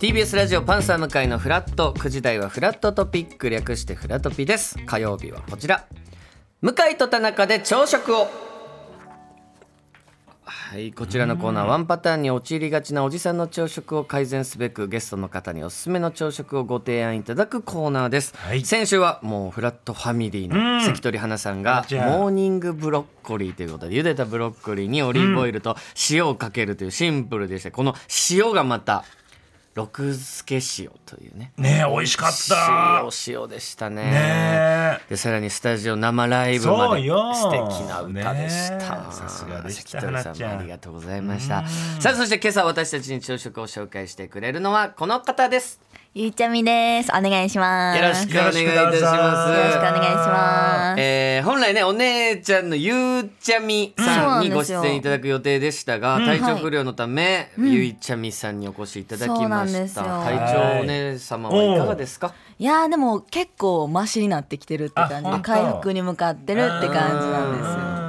TBS ラジオパンサー向かいのフラット9時台はフラットトピック略してフラトピです火曜日はこちら向井と田中で朝食をはいこちらのコーナーワンパターンに陥りがちなおじさんの朝食を改善すべくゲストの方におすすめの朝食をご提案いただくコーナーです、はい先週はもうフラットファミリーの関取花さんがじゃあモーニングブロッコリーということで茹でたブロッコリーにオリーブオイルと塩をかけるというシンプルでしてこの塩がまた六助塩というねねえ美味しかった塩塩でしたねねえでさらにスタジオ生ライブまでそうよ素敵な歌でした、ねえさすがでした関取花さちんゃんもありがとうございましたさあそして今朝私たちに朝食を紹介してくれるのはこの方ですゆいちゃみです。お願いします。よろしくお願いいたしよろしくどうぞますよろしくお願いします。えー本来ねお姉ちゃんのゆうちゃみさんにうんご出演いただく予定でしたが、体調不良のため、ゆいちゃみさんにお越しいただきそうなまんでしすたよ体調お姉様はいかがですかいやーでも結構マシになってきてるって感あじ本当回復に向かってるって感じなんでなん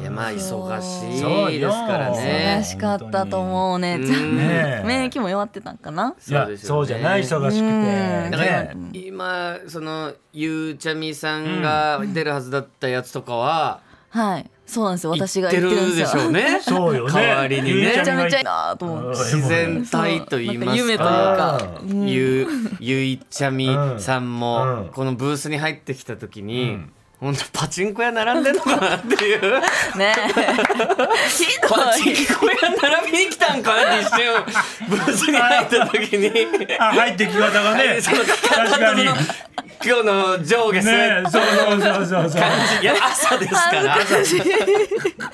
いやまあ忙そうしいよですからすねよ忙しかったと思うお姉ちゃうんんねえ免疫も弱ってたんかないやそうですよねそうじゃない忙しくてうんだからね今そのゆうちゃみさんが出るはずだったやつとかははいそうなんですよ私が言言っっててるんるですでよしょうねそうよね代わりにゆねいめちちゃゃみめちゃいいなと思って自然体と言いますかそうなんか夢というかあゆゆいちゃみさんうもんこのブースに入ってきた時に、ん本当パチンコ屋並んでんのかなっていうねえひどパチンいコ屋並びに来たんかなって一瞬ブースに入った時にあ入ってき方がねその確かにね今日の上下すえるそうそうそうそう そう感じいや朝ですから。 恥ずかしいまあ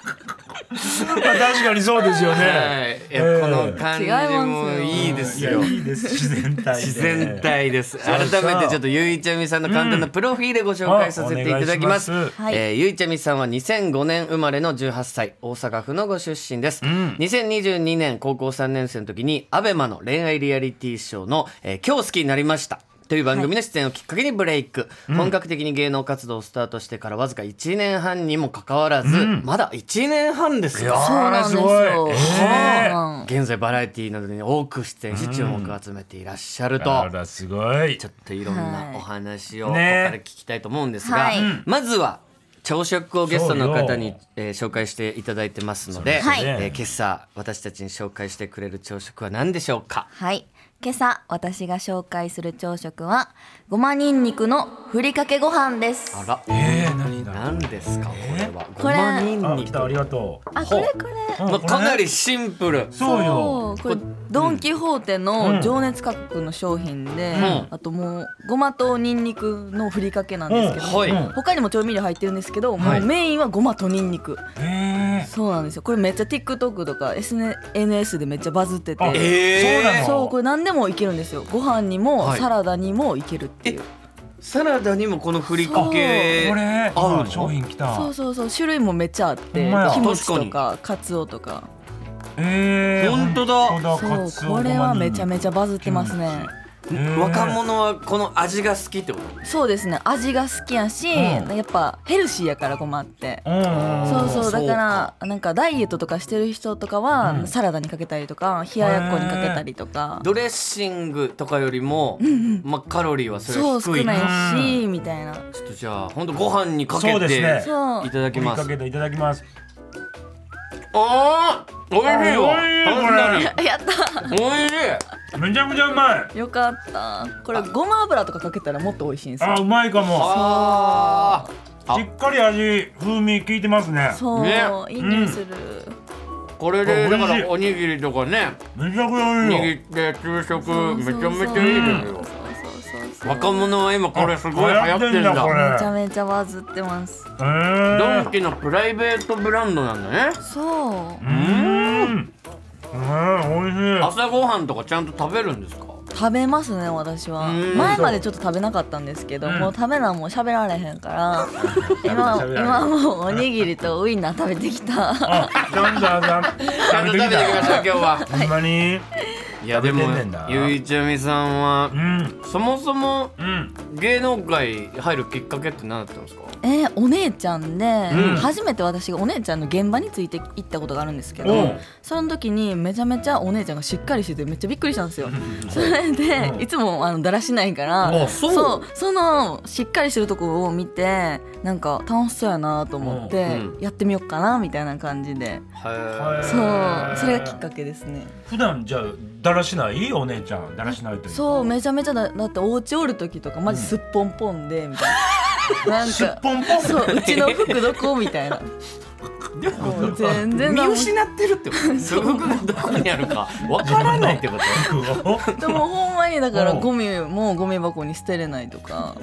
確かにそうですよねはい、いやええこの感じもいいですよいや。いいです自然体で自然体です。う改そうめてちょっとゆいちゃみさんの簡単なプロフィールご紹介させていただきます。あお願いしますはいえーゆいちゃみさんは2005年生まれの18歳、大阪府のご出身です。2022年高校3年生の時にアベマの恋愛リアリティショーの、えー今日好きになりました。という番組の出演をきっかけにブレイク、本格的に芸能活動をスタートしてからわずか1年半にもかかわらず、まだ1年半ですよ。そうなんですよあらすごいええうん現在バラエティーなどに多く出演し注目を集めていらっしゃると、あらすごいちょっといろんなお話をここはかいねら聞きたいと思うんですが、はいまずは朝食をゲストの方にそうよ、えー紹介していただいてますので、そうですえねー今朝私たちに紹介してくれる朝食は何でしょうかはい今朝私が紹介する朝食はごまにんにくのふりかけご飯ですあらえー何だ何ですかこれは、これごまにんあに来くたありがとうあこれこれまあ、かなりシンプルそうよそうこれドン・キホーテの情熱価格の商品で、んあともうごまとにんにくのふりかけなんですけど、うんはい他にも調味料入ってるんですけど、はいもうメインはごまとにんにくえそうなんですよこれめっちゃ TikTok とか SNS でめっちゃバズってあてえーそうなのそうこれ何でもいけるんですよご飯にもはいサラダにもいけるっていう、サラダにもこのふりかけこれ合うのあ商品来たそうそうそう種類もめっちゃあっほんてまやキムチとかカツオとかえー本当だ本当だカツそうオこれはめちゃめちちゃバズってますねゃ、えー若者はこの味が好きってことそうですね味が好きやし、うやっぱヘルシーやからごまってうんうんうんそうそそううだからなんかダイエットとかしてる人とかは、うんサラダにかけたりとか冷ややっこにかけたりとかドレッシングとかよりも、まあ、カロリーはそれそはう少低いないし、うみたいな ちょっとじゃあ本当ご飯にかけそうて、ですねそういただきますふりかけていただきますあーおいしいわおいしいよ確かにこやったおいしいめちゃくちゃうまいよかったこれごま油とかかけたらもっと美味しいんですあようまいかもああしっかり味風味効いてますねそう、ねいい匂いする、ーこれであ美だ味かしいらおにぎりとかねめちゃくちゃいいよ握って昼食そうめそうちそゃうめちゃいいですそうよそうそうそう若者は今これすごい流行ってんだあ流行ってんだこれめちゃめちゃバズってますえードンキのプライベートブランドなんだねそううーんうん美味しい朝ごはんとかちゃんと食べるんですか食べますね私はうん前までちょっと食べなかったんですけど、うんもう食べなもう喋られへんから 今喋られへん今もうおにぎりとウインナー食べてきたあダンダンダン食べてちゃんと食べてきました今日はほんまにいやでも食べてんねんなゆいちゃみさんはうんそもそもうん芸能界入るきっかけって何だったんですかえーお姉ちゃんで、うん初めて私がお姉ちゃんの現場について行ったことがあるんですけど、うんその時にめちゃめちゃお姉ちゃんがしっかりしててめっちゃびっくりしたんですよ。それで、うんいつもあのだらしないからあそうそうそのしっかりしてるところを見てなんか楽しそうやなと思って、うんやってみようかなみたいな感じではそうそれがきっかけですね。普段じゃあだらしないお姉ちゃんだらしないというかそうめちゃめちゃだだってお家おる時とかマジすっぽんぽんでみたいな。 なんすっかぽんぽんそううちの服どこみた いな。もう 全然見何も失ってるってことその服がどこにあるかわからないってことでもほんまにだからうんゴミもゴミ箱に捨てれないとか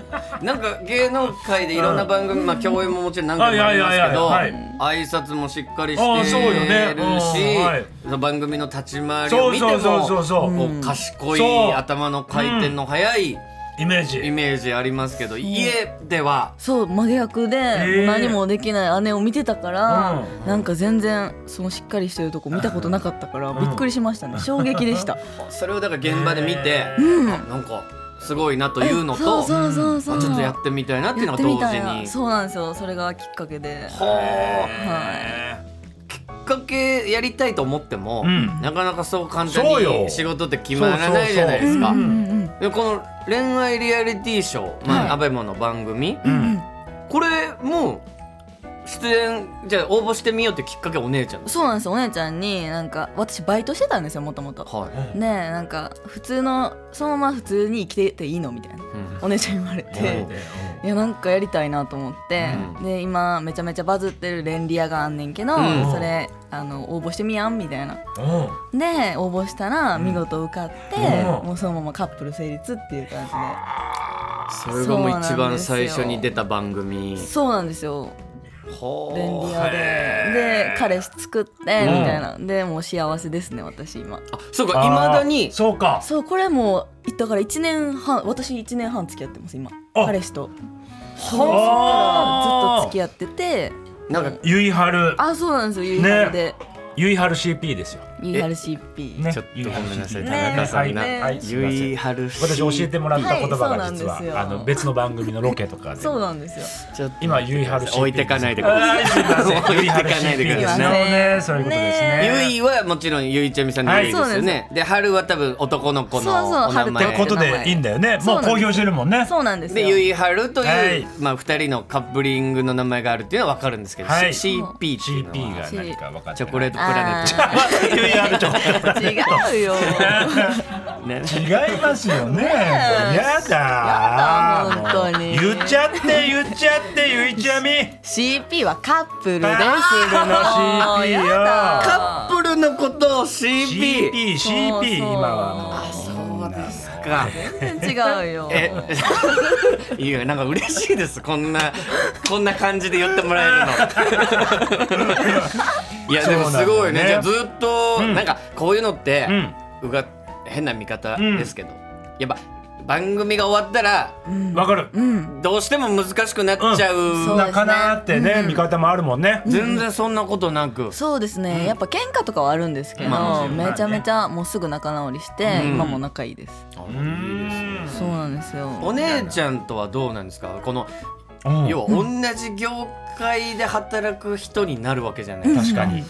なんか芸能界でいろんな番組、まあ共演ももちろん何回もありますけど、はいはい挨拶もしっかりしああそうよてねるし、うんはいその番組の立ち回りそをう見てそうそうそうもそう、こうんう賢そいう頭の回転の速いイメージイメージありますけど、家ではそう真逆でー何もできない姉を見てたからうなんか全然そのしっかりしてるとこ見たことなかったからうんびっくりしましたね衝撃でした。それをだから現場で見て、うんあなんかすごいなというのとえ そうそうそうそうあちょっとやってみたいなっていうのやってが同みた時いなに。そうなんですよそれがきっかけではあへきっかけやりたいと思っても、うんなかなかそう簡単そうよに仕事って決まらないじゃないですか。そうそんんうんでこの恋愛リアリティショー、まあはいアベマの番組ーううんんこれもう出演じゃあ応募してみようってきっかけはお姉ちゃんです。そうなんですよお姉ちゃんになんか私バイトしてたんですよもともと。はい。ねえなんか普通のそのまま普通に生きてていいのみたいなうんお姉ちゃんに言われうてん。いやなんかやりたいなと思って、うんで今めちゃめちゃバズってるレンリアがあんねんけど、うんそれあの応募してみやんみたいなうんうんで応募したらうん見事受かって、うんもうそのままカップル成立っていう感じそれがもう一番最初に出た番組で。そうなんですよはレンリあ。アでで彼氏作ってみたいな、でもう幸せですね私今あそうか未だあーにそうかそうこれもうだから1年半私1年半付き合ってます今あ彼氏とそっからずっとは付き合っててなんかゆいはるあそうなんですよゆいはるで、ゆいはる CP ですよゆいはる CP ねちょっとごめんなさいね田中さんなねはいすいませんゆいはる私教えてもらった言葉はがい実そうなんですよはあの別の番組のロケとかでそうなんですよ。ちょっと今ゆいはる CP 置いてかないでくださいあーすいません置いてかないでくださいゆいはる CP ですねそうねそういうことですねゆいはもちろんゆいちゃみさんのゆいですはいよそうね。で、春は多分男の子そうそうのお名とい春う前ことでいいんだよねそうなもうんです公表してるもんねそうなんですよ。で、ゆいはるとはいういまあ二人のカップリングの名前があるっていうのはわかるんですけど、はい CP っていう CP のはが何か分かってチ ョコレートプラあーネットゆいはるチョコレート違うよ。トね。違いますよね。えやだやだ本当にもう言っちゃって言っちゃってゆいちゃみ。 CP はカップルです。あーもうやだカップルのことを CP。 CP そう CP 今はもう。そうですか。全然違う よ。え、 いやなんか嬉しいです。こんなこんな感じで言ってもらえる の。いやでもすごいね。そうなんだよねじゃあずっと、うんなんかこういうのって、ううんが変な見方ですけど、やっぱ番組が終わったらうんわかる。うん。どうしても難しくなっちゃう。んそうなかなーってねうん見方もあるもんね。全然そんなことなく。そうですね、やっぱ喧嘩とかはあるんですけど、まあめちゃめちゃもうすぐ仲直りして、うん今も仲いいです、あうーんそうなんですよお姉ちゃんとはどうなんですか。このうん要は同じ業界で働く人になるわけじゃないですか。確かに。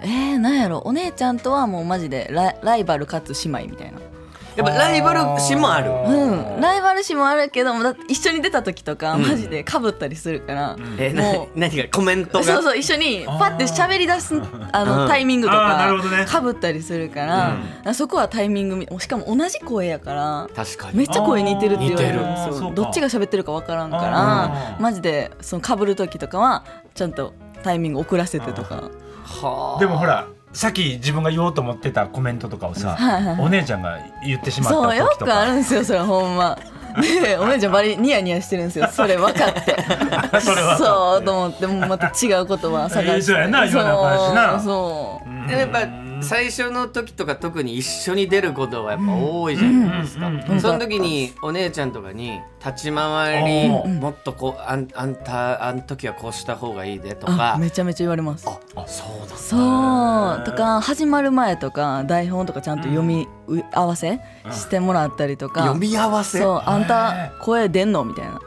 えー、なんやろお姉ちゃんとはもうマジでライライバルかつ姉妹みたいなやっぱライバル心もある。うんライバル視もあるけどもだって一緒に出た時とかマジでかぶったりするから、えもなう何がコメントがそうそう一緒にパって喋り出すあうのんタイミングとあーなかるほどねかぶったりするから、そこはタイミングみしかも同じ声やから確かめっにちゃ声似てるって言われるんあー似でてするそようかどっちが喋ってるかわからんかあらーマジでそのかぶる時とかはちゃんとタイミング遅らせてとかはあでもほら。さっき自分が言おうと思ってたコメントとかをさ、はいはいお姉ちゃんが言ってしまったそうよ時とくあかるんですよそれほんま。でお姉ちゃんバリニヤニヤしてるんですよそれ分かって それ分かってそうと思ってもうまた違う言葉探してえーそうやな今の話なそうそうやっぱ最初の時とか特に一緒に出ることがやっぱ多いじゃないですか、うんうんうんその時にお姉ちゃんとかに立ち回りおもっとこうあんあんたあん時はこうした方がいいでとあかめちゃめちゃ言われますあそうなんだそうとか始まる前とか台本とかちゃんと読みう合わせしてもらったりとか読み合わせそうあんへた声出んのみたいな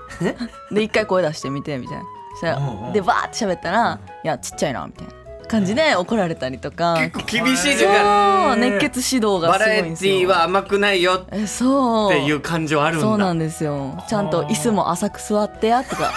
で一回声出してみてみたいなそしたうんうらんでバーって喋ったらいやちっちゃいなみたいな感じで怒られたりとか結構厳しいとそいうかう熱血指導がバすごラいエんテですィよーは甘くないよえそうっていう感情あるんだそうなんですよちゃんと椅子も浅く座ってやとか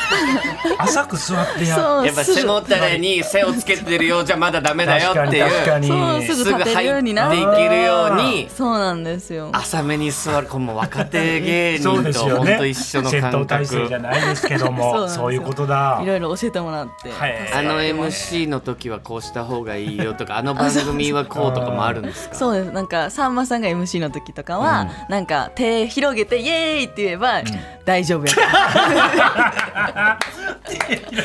浅く座ってやそうやっぱすぐ背もたれに背をつけてるようじゃまだダメだよ確かってにいう確かにそうすぐすぐ立てるよ入うっていになってけるようにそうなんですよ浅めに座るこれもう若手芸人そうですとよ本ね当一緒の戦闘感体制覚じゃないですけどもそそうなんですよういうことだいろいろ教えてもらって、はいあの MC の時はこうした方がいいよとかあの番組はこうとかもあるんですかそうですなんかさんまさんが MC の時とかは、なんか手広げてイエーイって言えば、大丈夫や から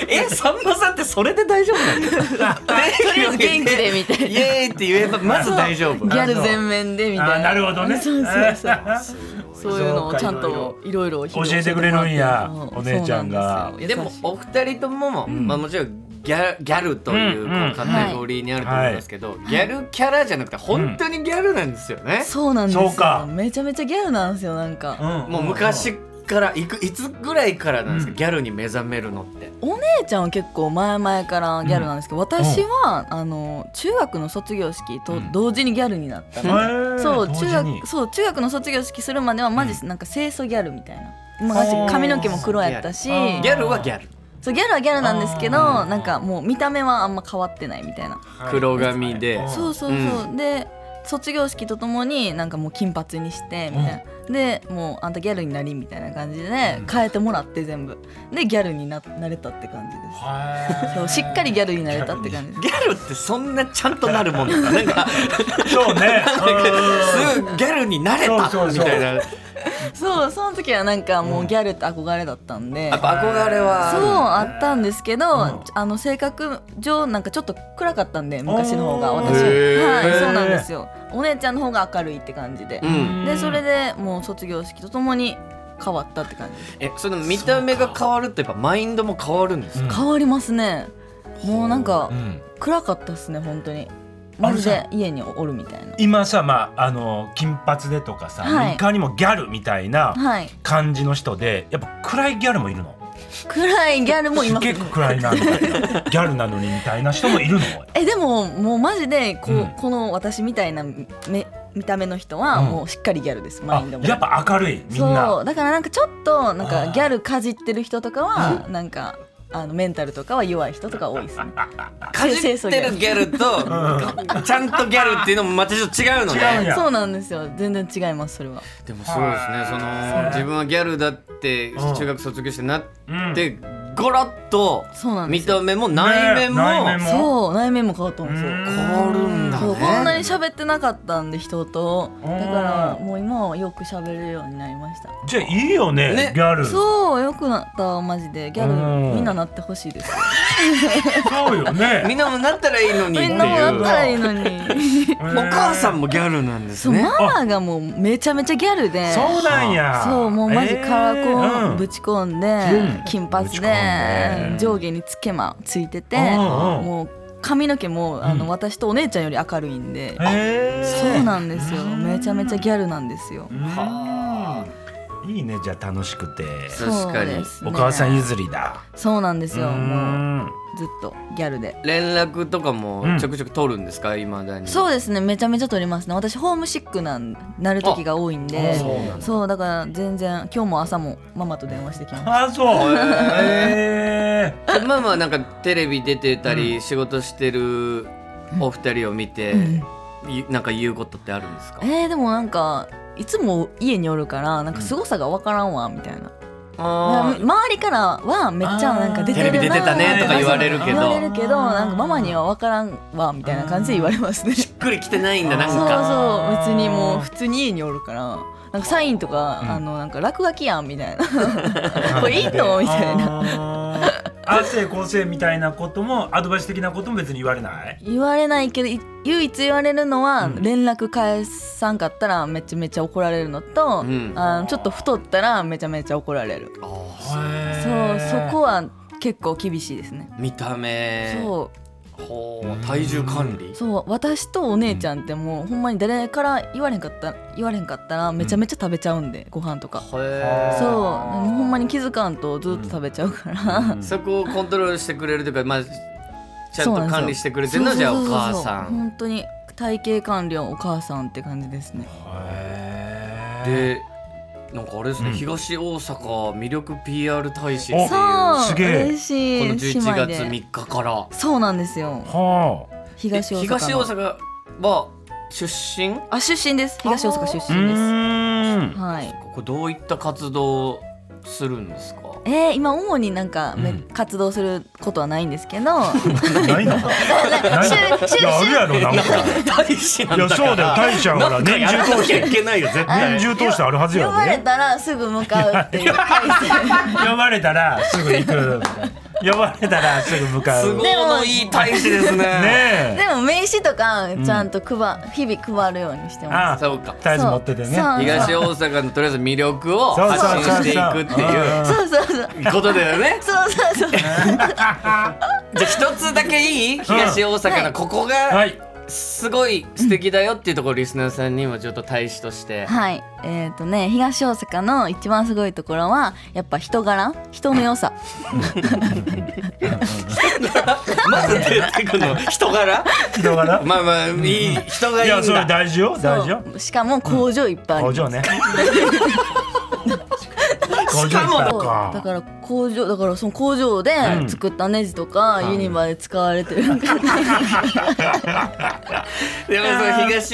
えさんまさんってそれで大丈夫なのとりあえず元気でみたいイなエーイって言えばまず大丈夫ギャル全面でみたいなあなるほどね そうそうそうそういうのをちゃんそうといろいろ教えてくれるんやそうお姉ちゃんそがうなんでもすよお二人とも、まあ、もちろんギャギャルというこうんううんカテゴリーにあると思いますけど、ギャルキャラじゃなくて本当にギャルなんですよね、そうなんですよそうかめちゃめちゃギャルなんですよなんか、もう昔からいくいつぐらいからなんですか、ギャルに目覚めるのってお姉ちゃんは結構前々からギャルなんですけど、私は、あの中学の卒業式と同時にギャルになったの、そう中学そう中学の卒業式するまではマジなんか清楚ギャルみたいな、まあマジあー髪の毛も黒やったしギャルギャルはギャルそうギャルはギャルなんですけどあーなんかもう見た目はあんま変わってないみたいな、黒髪で、うんそうそうそう、で卒業式とともになんかもう金髪にしてみたいな、でもうあんたギャルになりみたいな感じで、ね変えてもらって全部でギャルにななれたって感じですそうしっかりギャルになれたって感じですギャルってそんなちゃんとなるもんなんだなんかじそうねすぐギャルになれたみそうそうそうたいなやっそうその時はなんかもうギャルって憧れだったんで、ぱ憧れはあそうるあったんですけど、うんあの性格上なんかちょっと暗かったんで昔の方がおー私はへーいそうなんですよお姉ちゃんの方が明るいって感じで、うん、でそれでもう卒業式とともに変わったって感じですえその見た目が変わるってやっぱマインドも変わるんですか、変わりますねもうなんかうん暗かったっすね本当にまるで家におるみたいな今さまああの金髪でとかさ、はいい、かにもギャルみたいなはい感じの人でやっぱ暗いギャルもいるの暗いギャルもいます結構暗い なみたいなギャルなのにみたいな人もいるのえでももうマジでこ,、ううんこの私みたいなめ見た目の人はうんもうしっかりギャルです、マイあンドもやっぱ明るいみんそなうだからなんかちょっとなんあかーギャルかじってる人とかはなんかあのメンタルとかは弱い人とか多いですね。かじってるギャルと、ちゃんとギャルっていうのもまたちょっと違うのね違うんやそうなんですよ全然違いますそれは。でもそうですねその自分はギャルだってうん中学卒業してなっうんて、ゴロッとそうなんで見すよ。た目も内面もね内面もそう内面も変わったもんですよ。うん変わるんだそうこんなにね喋ってなかったんで人とだうんからもう今はよく喋れるようになりました。じゃあいいよねねギャルそうそうよくなったマジでギャうルんみんななってほしいです。よねみんなもなったらいいのにっみていんうなもなったらいいのに。おお母さんもギャルなんですそうねママがもうめちゃめちゃギャルで。そうなんやそうもうマジカラコンぶちち込んで、うん金髪ぶちで込んで上下につけまついてて、うんうんもう髪の毛もあの、うん私とお姉ちゃんより明るいんで、えそうなんですようんめちゃめちゃギャルなんですよ、はうんいいねじゃあ楽しくて確かにそうですねお母さん譲りだそうなんですうよもうんずっとギャルで連絡とかもちょくちょく取るんですかいまだにそううですねめちゃめちゃ取りますね私ホームシックなんなる時が多いんであそうなんだそうだから全然今日も朝もママと電話してきましたあそうえまあまあなんかテレビ出てたり仕事してるお二人を見ていなんか言うことってあるんですかえー、でもなんかいつも家におるからなんか凄さが分からんわみたいな、あー周りからはめっちゃなんか出てるなテレビ出てたねとか言われるけど言われるけどなんかママには分からんわみたいな感じで言われますねしっくりきてないんだなんそうかそう別にもう普通に家におるからなんかサインとか、あのなんか落書きやんみたいなーこれいいのみたいななあせこうせみたいなこともアドバイス的なことも別に言われない言われないけどい唯一言われるのは、うん連絡返さんかったらめちゃめちゃ怒られるのと、うんあのちょっと太ったらめちゃめちゃ怒られるそうそこはは結構厳しいですね、見た目そうほう体重管理うそう私とお姉ちゃんってもう、ほんまに誰から言われんかった言われんかったらめちゃめちゃ食べちゃうんで、ご飯とかへそうもうほんまに気づかんとずっと食べちゃうから、ーそこをコントロールしてくれるというかまあ ちゃそんとうなんですよ管理してくれてるのはじゃあお母そうそうさそうそうん本当に体型管理はお母さんって感じですねででなんかあれですね、うん東大阪魅力 PR 大使っていうおこそうすげえ嬉しいの11姉妹月で3日からそうなんですよは東大阪のえ東大阪は出身あ出身です東大阪出あう身ですーんはいここどういった活動をするんです かえー、今主になんか、めうん活動することはないんですけど なないのないのシュいやあるやろなんか大使ないんだやかそうだよら大ちゃんほら年中通していけないよ絶年中通してあるはず呼やばれねたらすぐ向かうっていう体呼ばれたらすぐ行く呼ばれたらすぐ向かう都合ねのいい大使ですね制えでも名刺とかちゃんと配、日々配るようにしてまあそうか絶えず持っててねそうそう東大阪のとりあえず魅力を発信していくっていうすそうそうそうことだよねそうそうそうじゃあ一つだけいい東大阪のここはがいすごい素敵だよっていうところをリスナーさんにもちょっと大使としてはいえっ、ー、とね東大阪の一番すごいところはやっぱ人柄人の良さまず出てくるの人柄人柄まあまあいい人がいいいやんそれだ大事よ大事よそうしかも工場いっぱいあり工ます場 ねしかも工場行ったのそうだから工場だからその工場でん作ったネジとか、ユニバで使われてるでもその東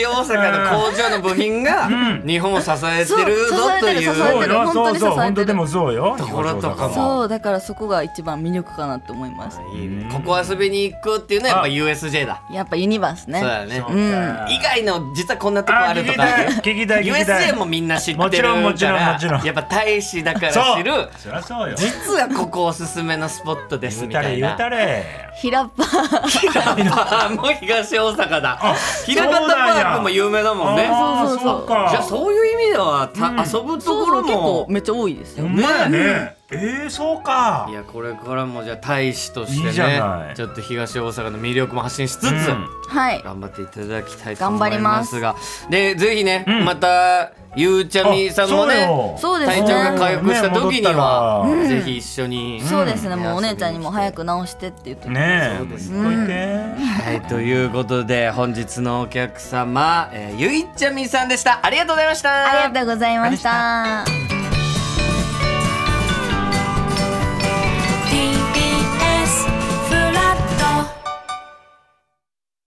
大阪の工場の部品がうん日本を支えてるぞといそう支えてる支えてうそうよ本当そうにそう支えてる本当でもそうよところとかもそうだからそこが一番魅力かなと思いますいいねここ遊びに行くっていうのはやっぱ USJ だやっぱユニバースねそうだよねそうか以外の実はこんなとこあある聞ときたいか聞きたい聞きたい USJ もみんな知ってるかもちろんもちろんもらちろんやっぱ大使だからそう知るそりゃそうよ実はここおすすめのスポットです言うみたたれヒいな言うたれラッパー あもう東大阪だ平方そうパなんやークも有名だもんねじあーそうそうそうっかゃあそういう意味ではた遊ぶとそうそころう結構もめっちゃ多いですよ、ほんまやねえーそうかいやこれからもじゃあ大使としていいじゃなねいちょっと東大阪の魅力も発信しつつうんはい頑張っていただきたいと思いますがでぜひねんまたゆうちゃみさんもねあそそうようですね体調が回復した時にはね戻ぜひ一緒にそうですね、うんもうお姉ちゃんにも早く直してって言ってねえそうですねどいてはいということで本日のお客様えーゆいちゃみさんでしたありがとうございましたありがとうございました